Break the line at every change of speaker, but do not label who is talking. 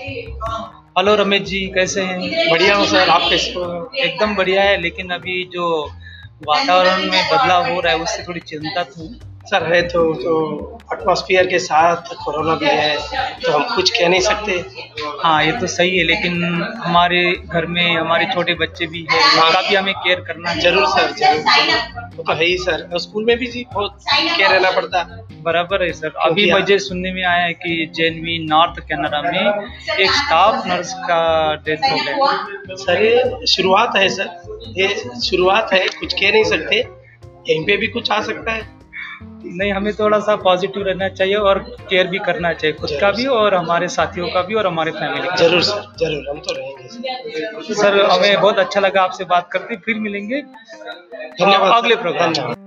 Hello Ramesh ji कैसे हैं
बढ़िया हूँ सर आप कैसे हो?
एकदम बढ़िया है लेकिन अभी जो वातावरण में बदलाव हो रहा है उससे थोड़ी चिंतित हूँ
सर है तो तो एटमॉस्फेयर के साथ कोरोना भी है तो हम कुछ कह नहीं सकते
हाँ ये तो सही है लेकिन हमारे घर में हमारे छोटे बच्चे भी हैं उनका भी हमें केयर करना चाहिए
जरूर सर जरूर जरूर। वो तो है ही सर और स्कूल में भी जी बहुत केयर रहना पड़ता है
बराबर है सर अभी
क्योंकि-
मुझे सुनने में आया है कि जेनवी नॉर्थ कनाडा में एक स्टाफ नर्स का डेथ हो गया
सर ये शुरुआत है सर ये शुरुआत है कुछ कह नहीं सकते यहीं पे भी कुछ आ सकता है
नहीं हमें थोड़ा सा पॉजिटिव रहना चाहिए और केयर भी करना चाहिए खुद का भी और हमारे साथियों का भी और हमारे फैमिली का
जरूर सर जरूर हम तो रहेंगे
हाँ,
सर।
सर हमें बहुत अच्छा लगा आपसे बात करके फिर मिलेंगे
धन्यवाद सर,
अगले प्रोग्राम में
धन्यवाद